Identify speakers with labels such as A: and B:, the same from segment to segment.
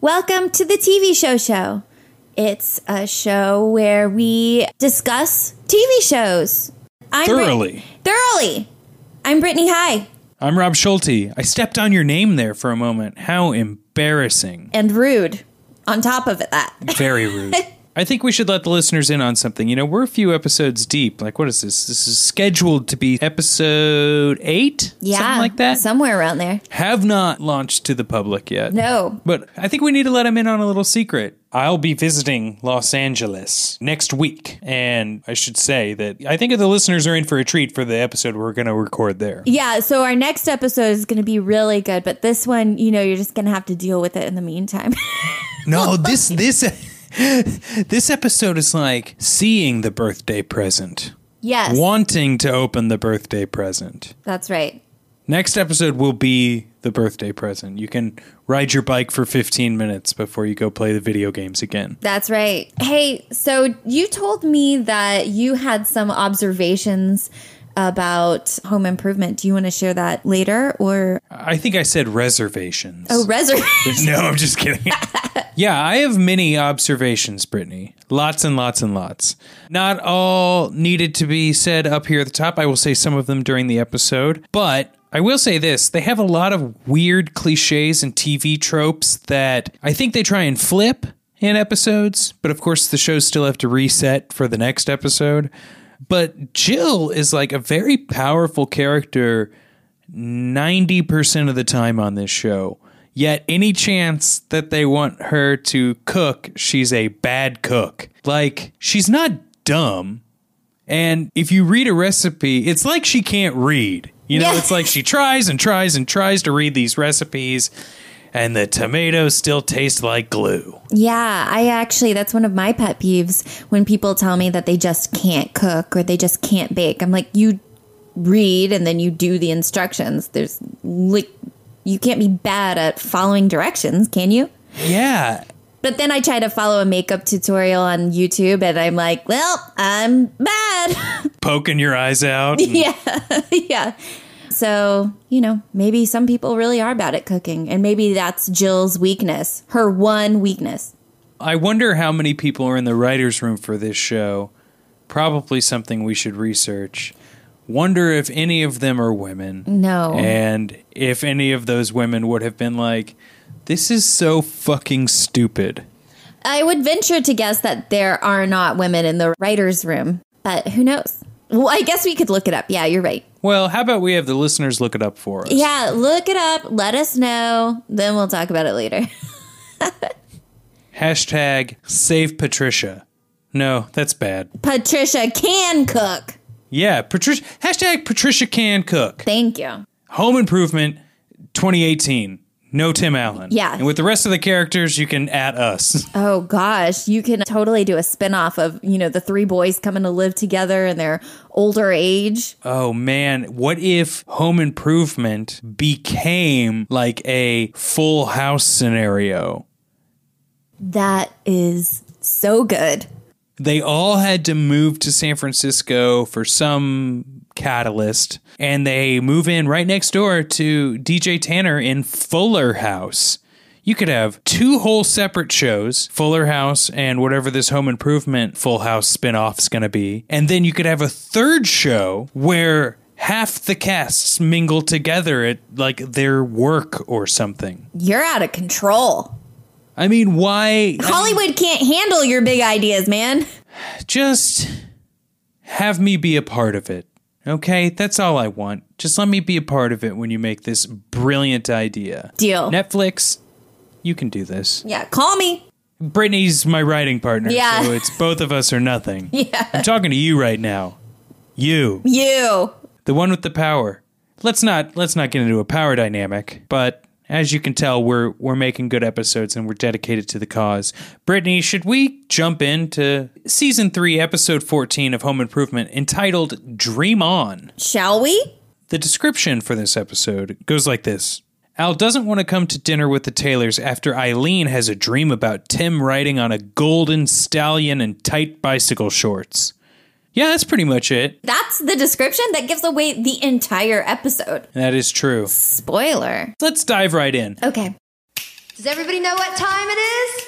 A: Welcome to the TV Show Show. It's a show where we discuss TV shows. I'm Brit-
B: Thoroughly.
A: thoroughly. I'm Brittany High
B: I'm Rob Schulte. I stepped on your name there for a moment. How embarrassing.
A: and rude on top of it that.
B: Very rude. I think we should let the listeners in on something. You know, we're a few episodes deep. Like, what is this? This is scheduled to be episode eight?
A: Yeah.
B: Something like that.
A: Somewhere around there.
B: Have not launched to the public yet.
A: No.
B: But I think we need to let him in on a little secret. I'll be visiting Los Angeles next week. And I should say that I think the listeners are in for a treat for the episode we're going to record there.
A: Yeah, so our next episode is going to be really good, but this one, you know, you're just going to have to deal with it in the meantime.
B: No, this this this episode is like seeing the birthday present,
A: yes.
B: wanting to open the birthday present.
A: That's right.
B: Next episode will be the birthday present. You can ride your bike for 15 minutes before you go play the video games again.
A: That's right. Hey, so you told me that you had some observations about home improvement. Do you want to share that later or
B: I think I said reservations.
A: oh, reservation?
B: no, I'm just kidding. yeah, I have many observations, Brittany. Lots and lots and lots. Not all needed to be said up here at the top. I will say some of them during the episode, but I will say this they have a lot of weird cliches and TV tropes that I think they try and flip in episodes, but of course the shows still have to reset for the next episode. But Jill is like a very powerful character 90% of the time on this show. Yet, any chance that they want her to cook, she's a bad cook. Like, she's not dumb. And if you read a recipe, it's like she can't read. You know,
A: Yeah.
B: it's like she tries and tries and tries to read these recipes, and the tomatoes still taste like glue.
A: yeah, I actually, that's one of my pet peeves when people tell me that they just can't cook or they just can't bake. I'm like, you read and then you do the instructions. There's like, you can't be bad at following directions, can you?
B: Yeah.
A: But then I try to follow a makeup tutorial on YouTube and I'm like, well, I'm bad.
B: Poking your eyes out.
A: yeah. yeah. So, you know, maybe some people really are bad at cooking and maybe that's Jill's weakness, her one weakness.
B: I wonder how many people are in the writer's room for this show. Probably something we should research. Wonder if any of them are women.
A: No.
B: Eh. And if any of those women would have been like, this is so fucking stupid.
A: I would venture to guess that there are not women in the writer's room, but who knows? Well, I guess we could look it up. Yeah, you're right.
B: Well, how about we have the listeners look it up for us?
A: Yeah, look it up. Let us know. Then we'll talk about it later.
B: Hashtag save Patricia. No, that's bad.
A: Patricia can cook.
B: Yeah, Patricia. Hashtag Patricia can cook.
A: Thank you.
B: Home Improvement 2018. No Tim Allen.
A: Yeah.
B: And with the rest of the characters, you can at us.
A: Oh gosh, you can totally do a spin-off of, you know, the three boys coming to live together in their older age.
B: Oh man, what if home improvement became like a full house scenario?
A: That is so good.
B: They all had to move to San Francisco for some catalyst, and they move in right next door to DJ Tanner in Fuller House. You could have two whole separate shows, Fuller House and whatever this home improvement Full House spinoff is going to be. And then you could have a third show where half the casts mingle together at like their work or something.
A: You're out of control.
B: I mean, why?
A: Hollywood can't handle your big ideas, man.
B: just have me be a part of it. Okay, that's all I want. Just let me be a part of it when you make this brilliant idea.
A: Deal.
B: Netflix, you can do this.
A: Yeah, call me.
B: Brittany's my writing partner,
A: Yeah.
B: so it's both of us or nothing. Yeah. I'm talking to you right now. You,
A: You.
B: the one with the power. Let's not let's not get into a power dynamic, but as you can tell, we're we're making good episodes and we're dedicated to the cause. Brittany, should we jump into season three, episode fourteen of Home Improvement, entitled "Dream On"?
A: Shall we?
B: The description for this episode goes like this Al doesn't want to come to dinner with the Taylors after Eileen has a dream about Tim riding on a golden stallion and tight bicycle shorts. Yeah, that's pretty much it.
A: That's the description that gives away the entire episode.
B: That is true.
A: Spoiler.
B: Let's dive right in.
A: Okay.
C: Does everybody know what time it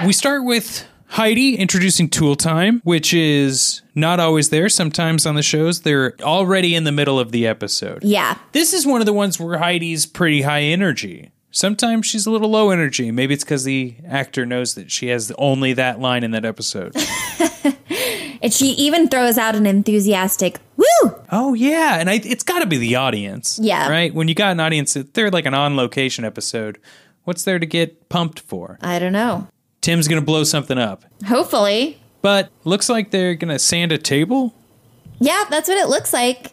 C: is?
B: We start with Heidi introducing Tool Time, which is not always there. Sometimes on the shows, they're already in the middle of the episode.
A: Yeah.
B: This is one of the ones where Heidi's pretty high energy. Sometimes she's a little low energy. Maybe it's because the actor knows that she has only that line in that episode.
A: And she even throws out an enthusiastic woo.
B: oh, yeah. And I, it's got to be the audience.
A: Yeah.
B: Right? When you got an audience, they're like an on location episode. What's there to get pumped for?
A: I don't know.
B: Tim's going to blow something up.
A: Hopefully.
B: But looks like they're going to sand a table.
A: Yeah, that's what it looks like.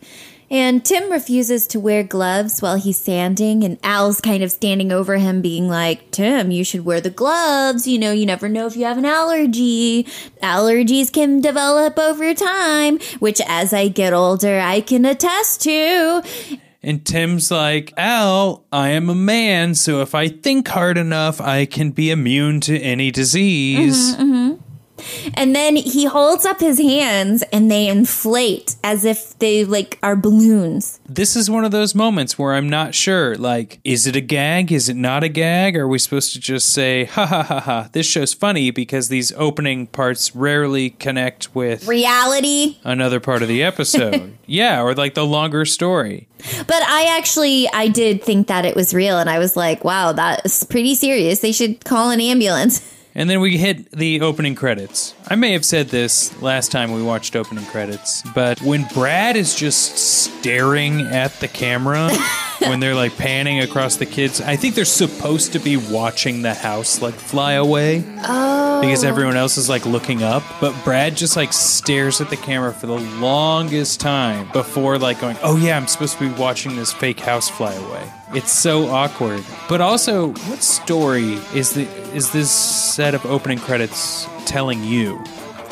A: And Tim refuses to wear gloves while he's sanding, and Al's kind of standing over him, being like, Tim, you should wear the gloves. You know, you never know if you have an allergy. Allergies can develop over time, which as I get older, I can attest to.
B: And Tim's like, Al, I am a man, so if I think hard enough, I can be immune to any disease.
A: And then he holds up his hands and they inflate as if they like are balloons.
B: This is one of those moments where I'm not sure. Like, is it a gag? Is it not a gag? Are we supposed to just say, ha ha ha ha, this show's funny because these opening parts rarely connect with
A: Reality
B: another part of the episode? yeah, or like the longer story.
A: But I actually I did think that it was real and I was like, wow, that's pretty serious. They should call an ambulance.
B: And then we hit the opening credits. I may have said this last time we watched opening credits, but when Brad is just staring at the camera, when they're like panning across the kids, I think they're supposed to be watching the house like fly away.
A: Oh,
B: Because everyone else is like looking up, but Brad just like stares at the camera for the longest time before like going, "Oh yeah, I'm supposed to be watching this fake house fly away." It's so awkward. But also, what story is the is this set of opening credits telling you?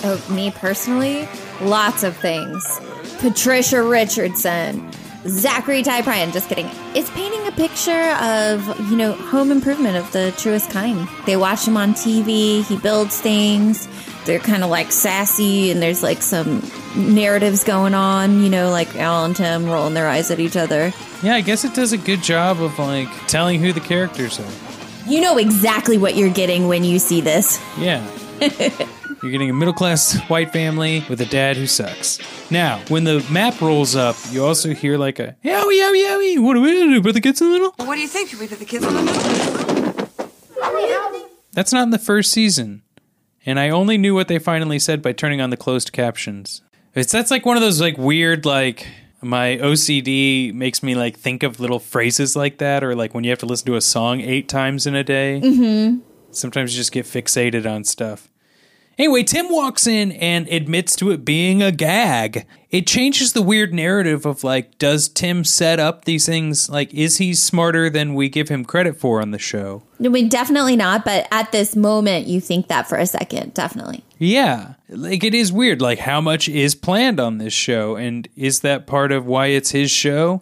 A: Oh, me personally, lots of things. Patricia Richardson, Zachary Ty Bryan, just kidding. It's painting a picture of, you know, home improvement of the truest kind. They watch him on TV, he builds things. They're kind of like sassy, and there's like some narratives going on, you know, like Al and Tim rolling their eyes at each other.
B: Yeah, I guess it does a good job of like telling who the characters are.
A: You know exactly what you're getting when you see this.
B: Yeah. You're getting a middle class white family with a dad who sucks. Now, when the map rolls up, you also hear like a yowie yowie yowie. What do we do? Put the kids in the middle?
D: What do you think? Should we put the kids in the middle?
B: That's not in the first season. And I only knew what they finally said by turning on the closed captions. It's that's like one of those like weird like my OCD makes me like think of little phrases like that or like when you have to listen to a song 8 times in a day. Mhm. Sometimes you just get fixated on stuff. Anyway, Tim walks in and admits to it being a gag. It changes the weird narrative of like does Tim set up these things? Like is he smarter than we give him credit for on the show?
A: I mean, definitely not, but at this moment, you think that for a second, definitely.
B: Yeah. Like it is weird. Like how much is planned on this show and is that part of why it's his show?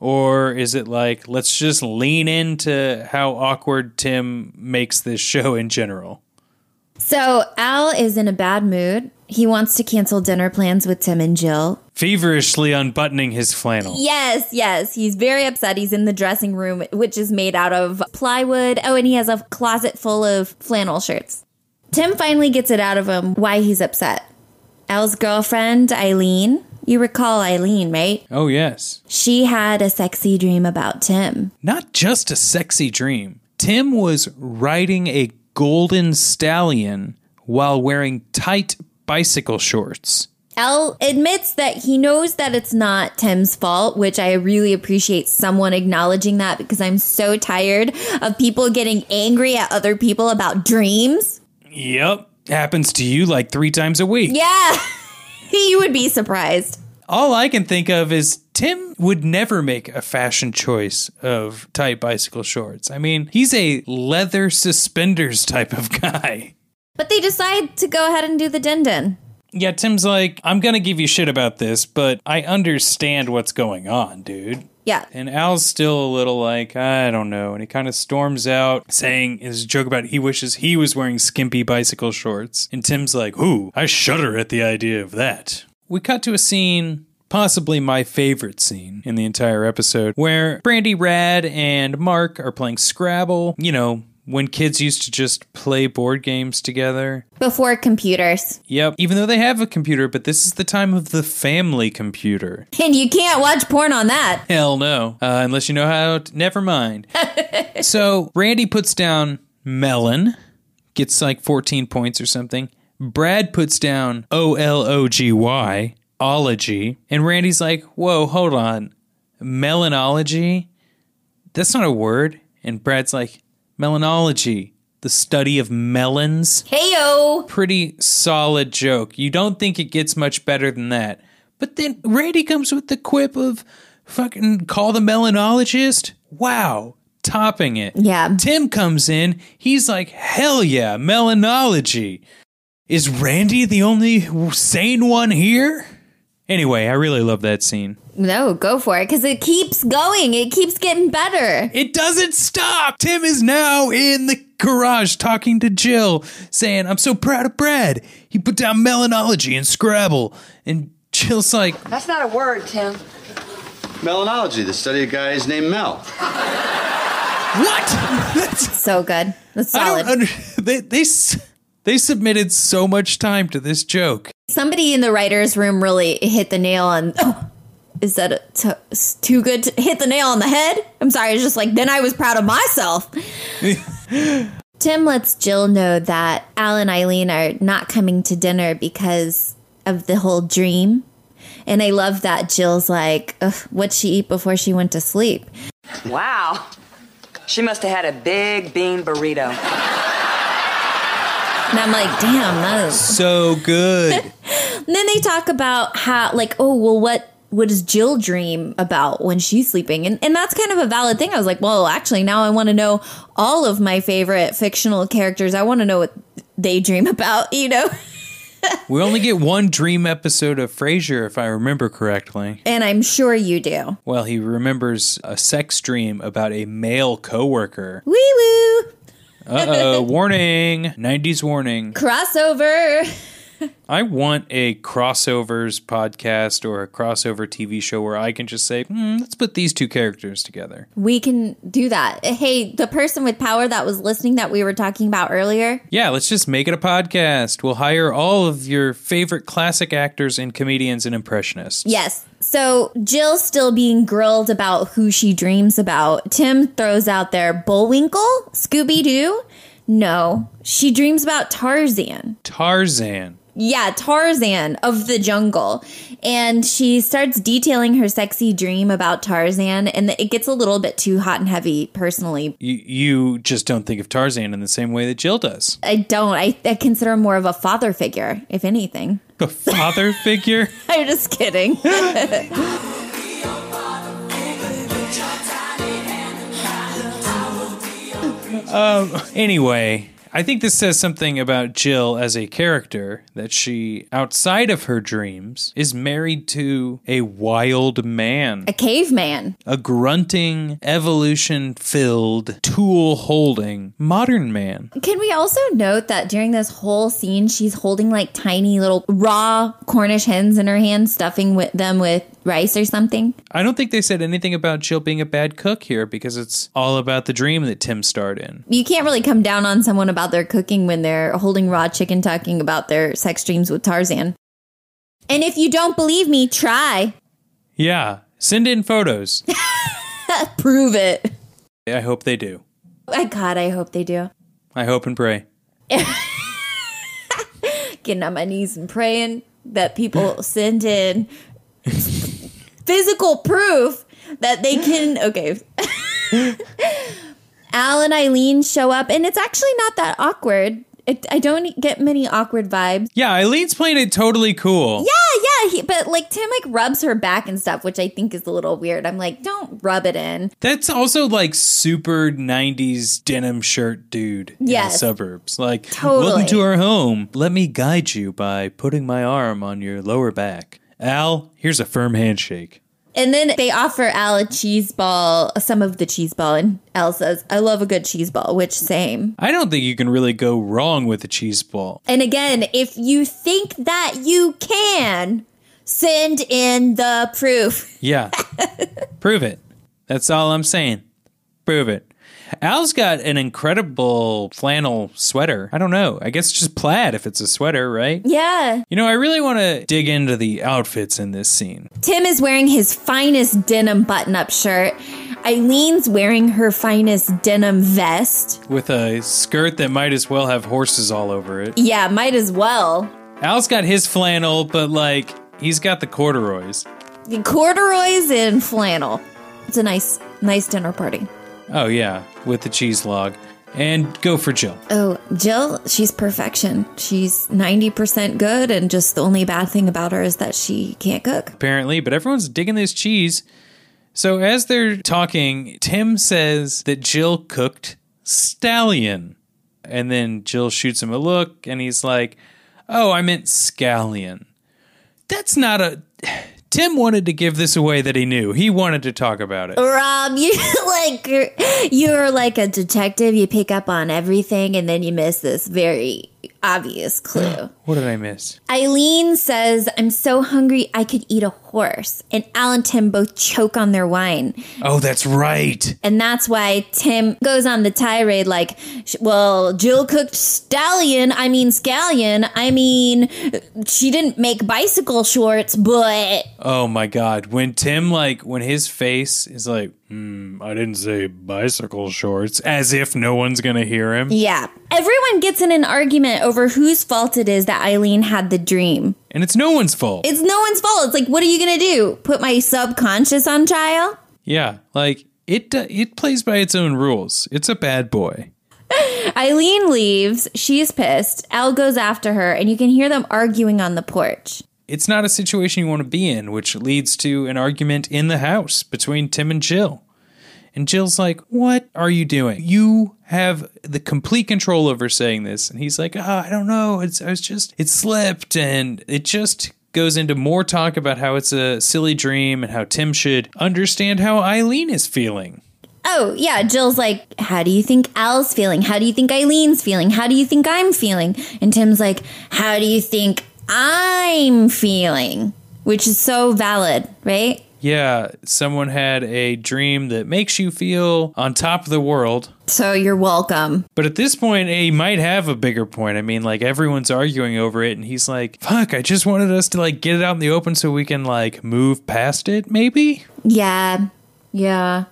B: Or is it like let's just lean into how awkward Tim makes this show in general?
A: So, Al is in a bad mood. He wants to cancel dinner plans with Tim and Jill.
B: Feverishly unbuttoning his flannel.
A: Yes, yes. He's very upset. He's in the dressing room, which is made out of plywood. Oh, and he has a closet full of flannel shirts. Tim finally gets it out of him why he's upset. Al's girlfriend, Eileen, you recall Eileen, right?
B: Oh yes.
A: She had a sexy dream about Tim.
B: Not just a sexy dream. Tim was riding a golden stallion while wearing tight bicycle shorts.
A: L admits that he knows that it's not Tim's fault, which I really appreciate someone acknowledging that because I'm so tired of people getting angry at other people about dreams.
B: Yep. Happens to you like three times a week.
A: Yeah, you would be surprised.
B: all I can think of is Tim would never make a fashion choice of tight bicycle shorts. I mean, he's a leather suspenders type of guy.
A: But they decide to go ahead and do the din din.
B: Yeah, Tim's like, I'm going to give you shit about this, but I understand what's going on, dude.
A: Yeah.
B: And Al's still a little like, I don't know. And he kind of storms out saying his joke about he wishes he was wearing skimpy bicycle shorts. And Tim's like, Ooh, I shudder at the idea of that. We cut to a scene possibly my favorite scene in the entire episode, where Brandy Rad and Mark are playing Scrabble. You know, when kids used to just play board games together.
A: Before computers.
B: Yep. Even though they have a computer, but this is the time of the family computer.
A: And you can't watch porn on that.
B: Hell no. Uh, unless you know how to. Never mind. so Randy puts down Melon, gets like 14 points or something. Brad puts down O L O G Y, ology. And Randy's like, whoa, hold on. Melanology? That's not a word. And Brad's like, melanology, the study of melons
A: Heyo.
B: pretty solid joke. You don't think it gets much better than that. But then Randy comes with the quip of fucking call the melanologist. Wow. Topping it.
A: Yeah.
B: Tim comes in. He's like, hell yeah, melanology. Is Randy the only sane one here? Anyway, I really love that scene.
A: No, go for it because it keeps going. It keeps getting better.
B: It doesn't stop. Tim is now in the garage talking to Jill, saying, I'm so proud of Brad. He put down melanology and Scrabble. And Jill's like,
D: That's not a word, Tim.
E: Melanology, the study of guys named Mel.
B: What? That's
A: So good. That's
B: I
A: solid.
B: don't under- they, they, s- they submitted so much time to this joke.
A: Somebody in the writer's room really hit the nail on. Oh, is that a t- s- too good to hit the nail on the head? I'm sorry. It's just like, then I was proud of myself. Tim lets Jill know that Al and Eileen are not coming to dinner because of the whole dream. And I love that Jill's like, Ugh, what'd she eat before she went to sleep?
D: Wow. She must have had a big bean burrito.
A: And I'm like, damn, that is
B: So good.
A: And then they talk about how, like, oh, well, what what does Jill dream about when she's sleeping? And and that's kind of a valid thing. I was like, well, actually, now I want to know all of my favorite fictional characters. I want to know what they dream about. You know.
B: we only get one dream episode of Frasier, if I remember correctly.
A: And I'm sure you do.
B: Well, he remembers a sex dream about a male coworker.
A: Wee woo.
B: Uh-oh, warning. 90s warning.
A: Crossover.
B: I want a crossovers podcast or a crossover TV show where I can just say, hmm, let's put these two characters together.
A: We can do that. Hey, the person with power that was listening that we were talking about earlier,
B: Yeah, let's just make it a podcast. We'll hire all of your favorite classic actors and comedians and impressionists.
A: Yes. So Jill's still being grilled about who she dreams about. Tim throws out there Bullwinkle, Scooby Doo. No, she dreams about Tarzan.
B: Tarzan.
A: Yeah, Tarzan of the jungle. And she starts detailing her sexy dream about Tarzan, and it gets a little bit too hot and heavy personally.
B: You, you just don't think of Tarzan in the same way that Jill does.
A: I don't. I, I consider him more of a father figure, if anything.
B: The father figure.
A: I'm just kidding.
B: Anyway, I think this says something about Jill as a character that she, outside of her dreams, is married to a wild man,
A: a caveman.
B: a grunting, evolution filled, tool holding modern man.
A: Can we also note that during this whole scene, she's holding like tiny little raw Cornish hens in her hand, stuffing with them with rice or something?
B: I don't think they said anything about Jill being a bad cook here because it's all about the dream that Tim starred in.
A: You can't really come down on someone about their cooking when they're holding raw chicken talking about their sex dreams with Tarzan. And if you don't believe me, try.
B: Yeah, send in photos.
A: Prove it.
B: I hope they do.
A: My God, I hope they do.
B: I hope and pray.
A: Getting on my knees and praying that people send in physical proof that they can. Okay. Al and Eileen show up, and it's actually not that awkward. It, I don't get many awkward vibes.
B: Yeah, Eileen's playing it totally cool.
A: Yeah, yeah. He, but like Tim, like rubs her back and stuff, which I think is a little weird. I'm like, don't rub it in.
B: That's also like super 90s denim shirt dude in the
A: Yes.
B: suburbs. Like,
A: Totally.
B: welcome to our home. Let me guide you by putting my arm on your lower back. Al, here's a firm handshake.
A: And then they offer Al a cheese ball, some of the cheese ball, and Al says, "I love a good cheese ball." Which same.
B: I don't think you can really go wrong with a cheese ball.
A: And again, if you think that you can, Send in the proof.
B: Yeah. Prove it. That's all I'm saying. Prove it. Al's got an incredible flannel sweater. I don't know. I guess it's just plaid if it's a sweater, right?
A: Yeah.
B: You know, I really want to dig into the outfits in this scene.
A: Tim is wearing his finest denim button up shirt. Eileen's wearing her finest denim vest.
B: with a skirt that might as well have horses all over it.
A: Yeah, might as well.
B: Al's got his flannel, but like he's got the corduroys.
A: Corduroys and flannel. It's a nice, nice dinner party.
B: Oh yeah, with the cheese log. And go for Jill.
A: Oh, Jill, she's perfection. She's 90% good, and just the only bad thing about her is that she can't cook.
B: apparently, but everyone's digging this cheese. So as they're talking, Tim says that Jill cooked stallion. And then Jill shoots him a look and he's like, "Oh, I meant scallion." That's not a Tim wanted to give this away that he knew. He wanted to talk about it.
A: Rob, you like you're like a detective. You pick up on everything, and then you miss this very obvious clue.
B: What did I miss?
A: Eileen says, "I'm so hungry I could eat a horse." And Al and Tim both choke on their wine,
B: Oh, that's right.
A: and that's why Tim goes on the tirade like, sh- "Well, Jill cooked stallion. I mean scallion. I mean, she didn't make bicycle shorts, but."
B: Oh my god. When Tim like when his face is like, hmm, I didn't say bicycle shorts, as if no one's gonna hear him.
A: Yeah. Everyone gets in an argument over whose fault it is that Eileen had the dream.
B: And it's no one's fault.
A: It's no one's fault. It's like, what are you going to do? Put my subconscious on trial?
B: yeah, like it do- it plays by its own rules. It's a bad boy.
A: Eileen leaves. She's pissed. Al goes after her, and you can hear them arguing on the porch.
B: It's not a situation you want to be in, which leads to an argument in the house between Tim and Jill. And Jill's like, "What are you doing? You have the complete control over saying this." And he's like, Ah, "I don't know. It's I was just it slipped and it just goes into more talk about how it's a silly dream and how Tim should understand how Eileen is feeling."
A: Oh, yeah. Jill's like, How do you think Al's feeling? How do you think Eileen's feeling? How do you think I'm feeling? And Tim's like, How do you think I'm feeling? Which is so valid, right?
B: Yeah, someone had a dream that makes you feel on top of the world.
A: So you're welcome.
B: But at this point, he might have a bigger point. I mean, like everyone's arguing over it, and he's like, "Fuck! I just wanted us to like get it out in the open so we can like move past it, maybe."
A: Yeah. Yeah.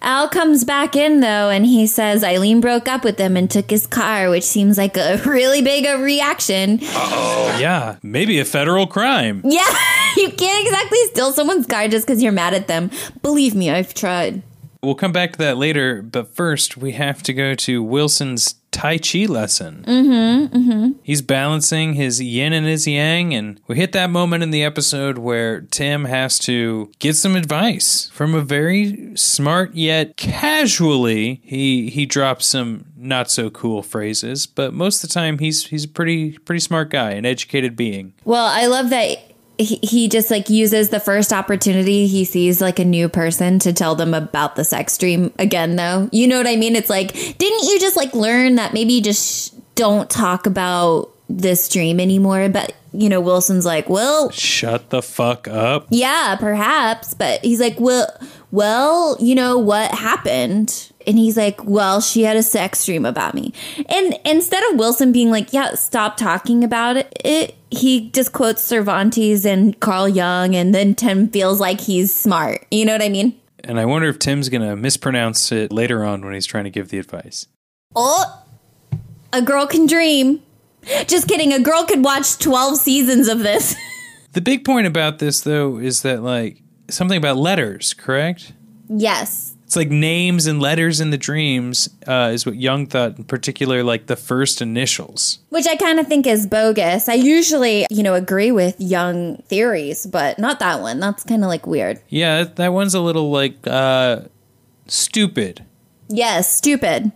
A: Al comes back in though and he says Eileen broke up with him and took his car, which seems like a really big a reaction.
B: Yeah, maybe a federal crime.
A: Yeah, you can't exactly steal someone's car just because you're mad at them. Believe me, I've tried.
B: We'll come back to that later, but first we have to go to Wilson's Tai Chi lesson. Mm-hmm, mm-hmm. He's balancing his yin and his yang, and we hit that moment in the episode where Tim has to get some advice from a very smart yet casually he he drops some not so cool phrases, but most of the time he's he's a pretty pretty smart guy, an educated being.
A: Well, I love that he, he just like uses the first opportunity he sees like a new person to tell them about the sex dream again though. You know what I mean? It's like, didn't you just like learn that maybe you just don't talk about this dream anymore? But you know, Wilson's like, well,
B: Shut the fuck up.
A: yeah, perhaps, but he's like, well, well, you know what happened? And he's like, well, she had a sex dream about me. And instead of Wilson being like, yeah, stop talking about it, it he just quotes Cervantes and Carl Jung, and then Tim feels like he's smart. You know what I mean?
B: And I wonder if Tim's gonna mispronounce it later on when he's trying to give the advice.
A: Oh, a girl can dream. Just kidding. A girl could watch 12 seasons of this.
B: The big point about this, though, is that like something about letters, correct?
A: yes.
B: It's like names and letters in the dreams uh, is what Young thought, in particular, like the first initials.
A: which I kind of think is bogus. I usually, you know, agree with young theories, but not that one. That's kind of like weird.
B: Yeah, that- that one's a little like uh, stupid.
A: Yes, stupid.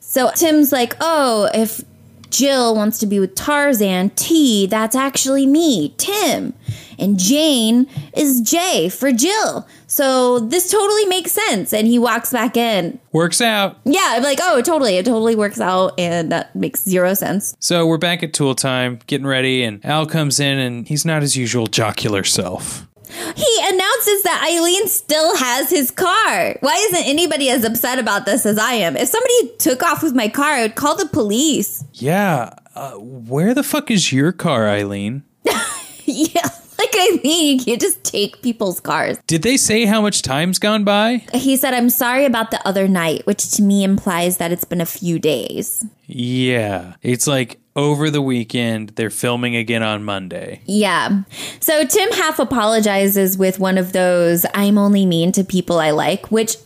A: So Tim's like, oh, if Jill wants to be with Tarzan, T, that's actually me, Tim. and Jane is J for Jill. So this totally makes sense. And he walks back in.
B: Works out.
A: Yeah, I'm like, oh, totally. It totally works out, and that makes zero sense.
B: So we're back at tool time, getting ready, and Al comes in and he's not his usual jocular self.
A: He announces that Eileen still has his car. Why isn't anybody as upset about this as I am? If somebody took off with my car, I would call the police.
B: Yeah, uh, where the fuck is your car, Eileen?
A: yeah, like I mean, you can't just take people's cars.
B: Did they say how much time's gone by?
A: He said, I'm sorry about the other night, which to me implies that it's been a few days.
B: Yeah, it's like over the weekend. They're filming again on Monday.
A: Yeah. So Tim half apologizes with one of those I'm only mean to people I like, which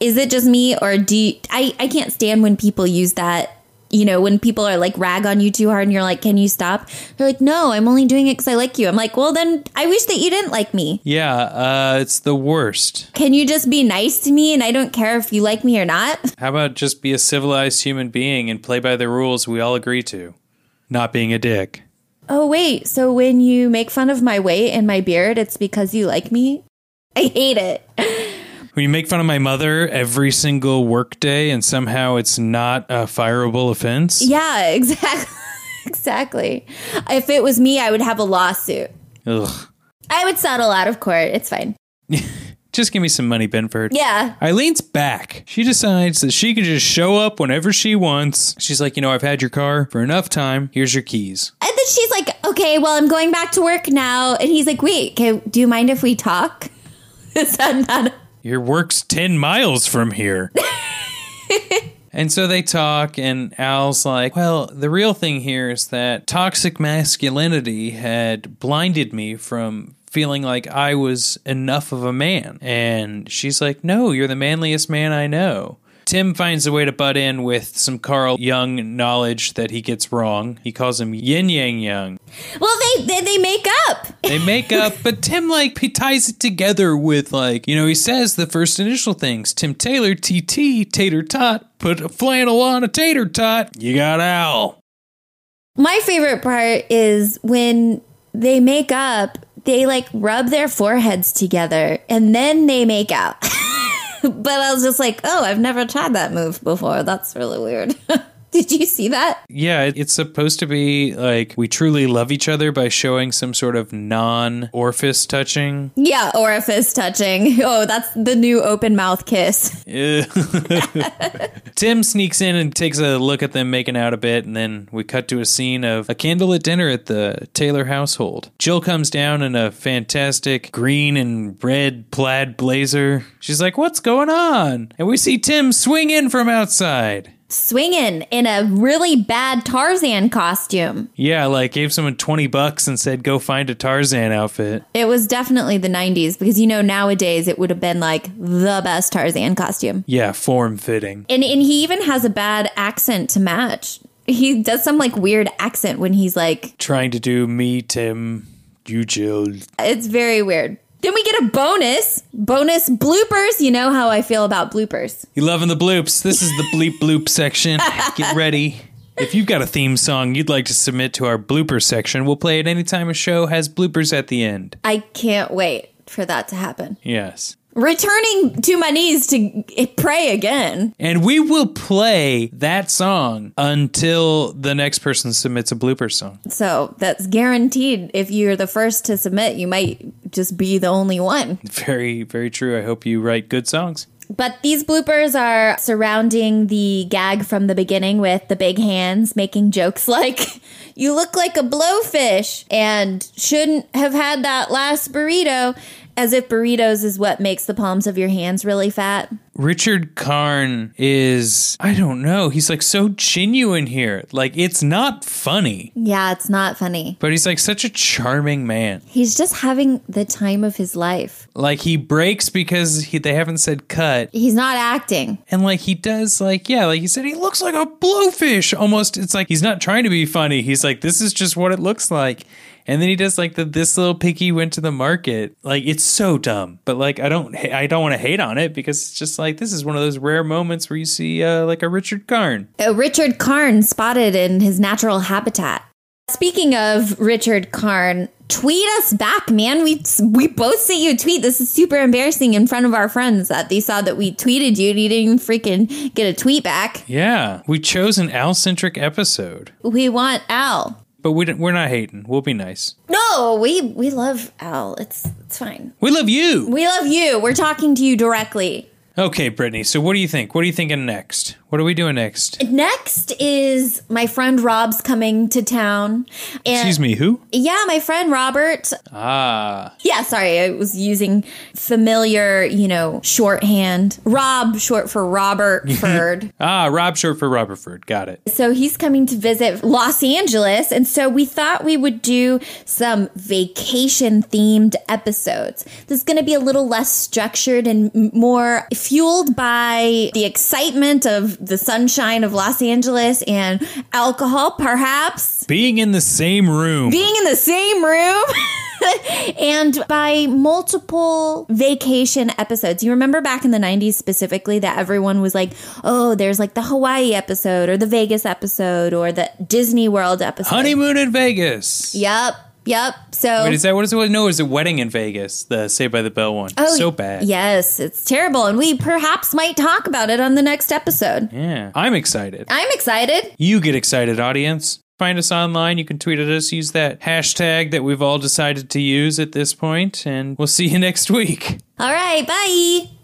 A: is it just me or do you- I I can't stand when people use that you know, when people are like rag on you too hard and you're like, can you stop? They're like, no, I'm only doing it because I like you. I'm like, well, then I wish that you didn't like me.
B: Yeah, uh, it's the worst.
A: Can you just be nice to me and I don't care if you like me or not?
B: How about just be a civilized human being and play by the rules we all agree to? Not being a dick.
A: Oh, wait. So when you make fun of my weight and my beard, it's because you like me? I hate it.
B: When you make fun of my mother every single workday and somehow it's not a fireable offense,
A: Yeah, exactly. exactly. If it was me, I would have a lawsuit.
B: ugh.
A: I would settle out of court. It's fine.
B: Just give me some money, Benford.
A: Yeah.
B: Eileen's back. She decides that she can just show up whenever she wants. She's like, you know, I've had your car for enough time. Here's your keys.
A: And then she's like, okay, well, I'm going back to work now. And he's like, wait, can, do you mind if we talk? Is that not?
B: Your work's 10 miles from here. and so they talk, and Al's like, Well, the real thing here is that toxic masculinity had blinded me from feeling like I was enough of a man. And she's like, No, you're the manliest man I know. Tim finds a way to butt in with some Carl Jung knowledge that he gets wrong. He calls him Yin Yang Young.
A: Well, they, they, they make up.
B: They make up, but Tim like he ties it together with like you know he says the first initial things. Tim Taylor, TT, tater tot, put a flannel on a tater tot. You got Al.
A: My favorite part is when they make up, they like rub their foreheads together and then they make out. but I was just like, oh, I've never tried that move before. That's really weird. Did you see that?
B: Yeah, it- it's supposed to be like we truly love each other by showing some sort of non orifice touching.
A: Yeah, orifice touching. Oh, that's the new open mouth kiss.
B: Ew. Tim sneaks in and takes a look at them making out a bit, and then we cut to a scene of a candlelit dinner at the Taylor household. Jill comes down in a fantastic green and red plaid blazer. She's like, What's going on? And we see Tim swing in from outside.
A: Swinging in a really bad Tarzan costume.
B: Yeah, like gave someone 20 bucks and said, Go find a Tarzan outfit.
A: It was definitely the 90s because you know, nowadays it would have been like the best Tarzan costume.
B: Yeah, form fitting.
A: and and he even has a bad accent to match. He does some like weird accent when he's like,
B: Trying to do me, Tim, you, Jill,
A: it's very weird. Then we get a bonus, bonus bloopers. You know how I feel about bloopers.
B: You loving the bloops? This is the bleep bloop section. Get ready. If you've got a theme song you'd like to submit to our blooper section, we'll play it anytime a show has bloopers at the end.
A: I can't wait for that to happen.
B: Yes.
A: Returning to my knees to pray again.
B: And we will play that song until the next person submits a blooper song.
A: So that's guaranteed. If you're the first to submit, you might just be the only one.
B: Very, very true. I hope you write good songs.
A: But these bloopers are surrounding the gag from the beginning with the big hands making jokes like, you look like a blowfish and shouldn't have had that last burrito, as if burritos is what makes the palms of your hands really fat.
B: Richard Karn is, I don't know, he's like so genuine here. Like, it's not funny,
A: Yeah, it's not funny.
B: but he's like such a charming man.
A: He's just having the time of his life.
B: Like, he breaks because he, they haven't said cut.
A: He's not acting.
B: And like he does, like, yeah, like he said, he looks like a blowfish almost. It's like he's not trying to be funny. He's like, this is just what it looks like. And then he does like the this little piggy went to the market. Like it's so dumb, but like I don't ha- I don't want to hate on it because it's just like this is one of those rare moments where you see uh, like a Richard Karn.
A: Uh, Richard Karn spotted in his natural habitat. Speaking of Richard Karn, tweet us back, man. We we both sent you a tweet. This is super embarrassing in front of our friends that they saw that we tweeted you and you didn't even freaking get a tweet back.
B: Yeah, we chose an Al centric episode,
A: We want Al.
B: but we didn't, we're not hating. We'll be nice.
A: No, we we love Al. It's it's fine.
B: We love you.
A: We love you. We're talking to you directly.
B: Okay, Brittany. So what do you think? What are you thinking next? What are we doing next?
A: Next is my friend Rob's coming to town. And
B: Excuse me. Who?
A: Yeah, my friend Robert.
B: Ah,
A: Yeah, sorry, I was using familiar, you know, shorthand. Rob, short for Robert Ferd.
B: ah. Rob short for Robertford. Got it.
A: so he's coming to visit Los Angeles. And so we thought we would do some vacation themed episodes. This is going to be a little less structured and m- more fueled by the excitement of the sunshine of Los Angeles and alcohol, perhaps
B: Being in the same room.
A: being in the same room and by multiple vacation episodes. You remember back in the 90s specifically that everyone was like, oh, there's like the Hawaii episode or the Vegas episode or the Disney World episode.
B: Honeymoon in Vegas.
A: Yep. Yep. So.
B: Wait, is that what is it? No, is it wedding in Vegas? The Say by the Bell one.
A: Oh,
B: so bad.
A: Yes, it's terrible. And we perhaps might talk about it on the next episode.
B: Yeah. I'm excited.
A: I'm excited.
B: You get excited, audience. Find us online. You can tweet at us. Use that hashtag that we've all decided to use at this point, and we'll see you next week.
A: All right. Bye.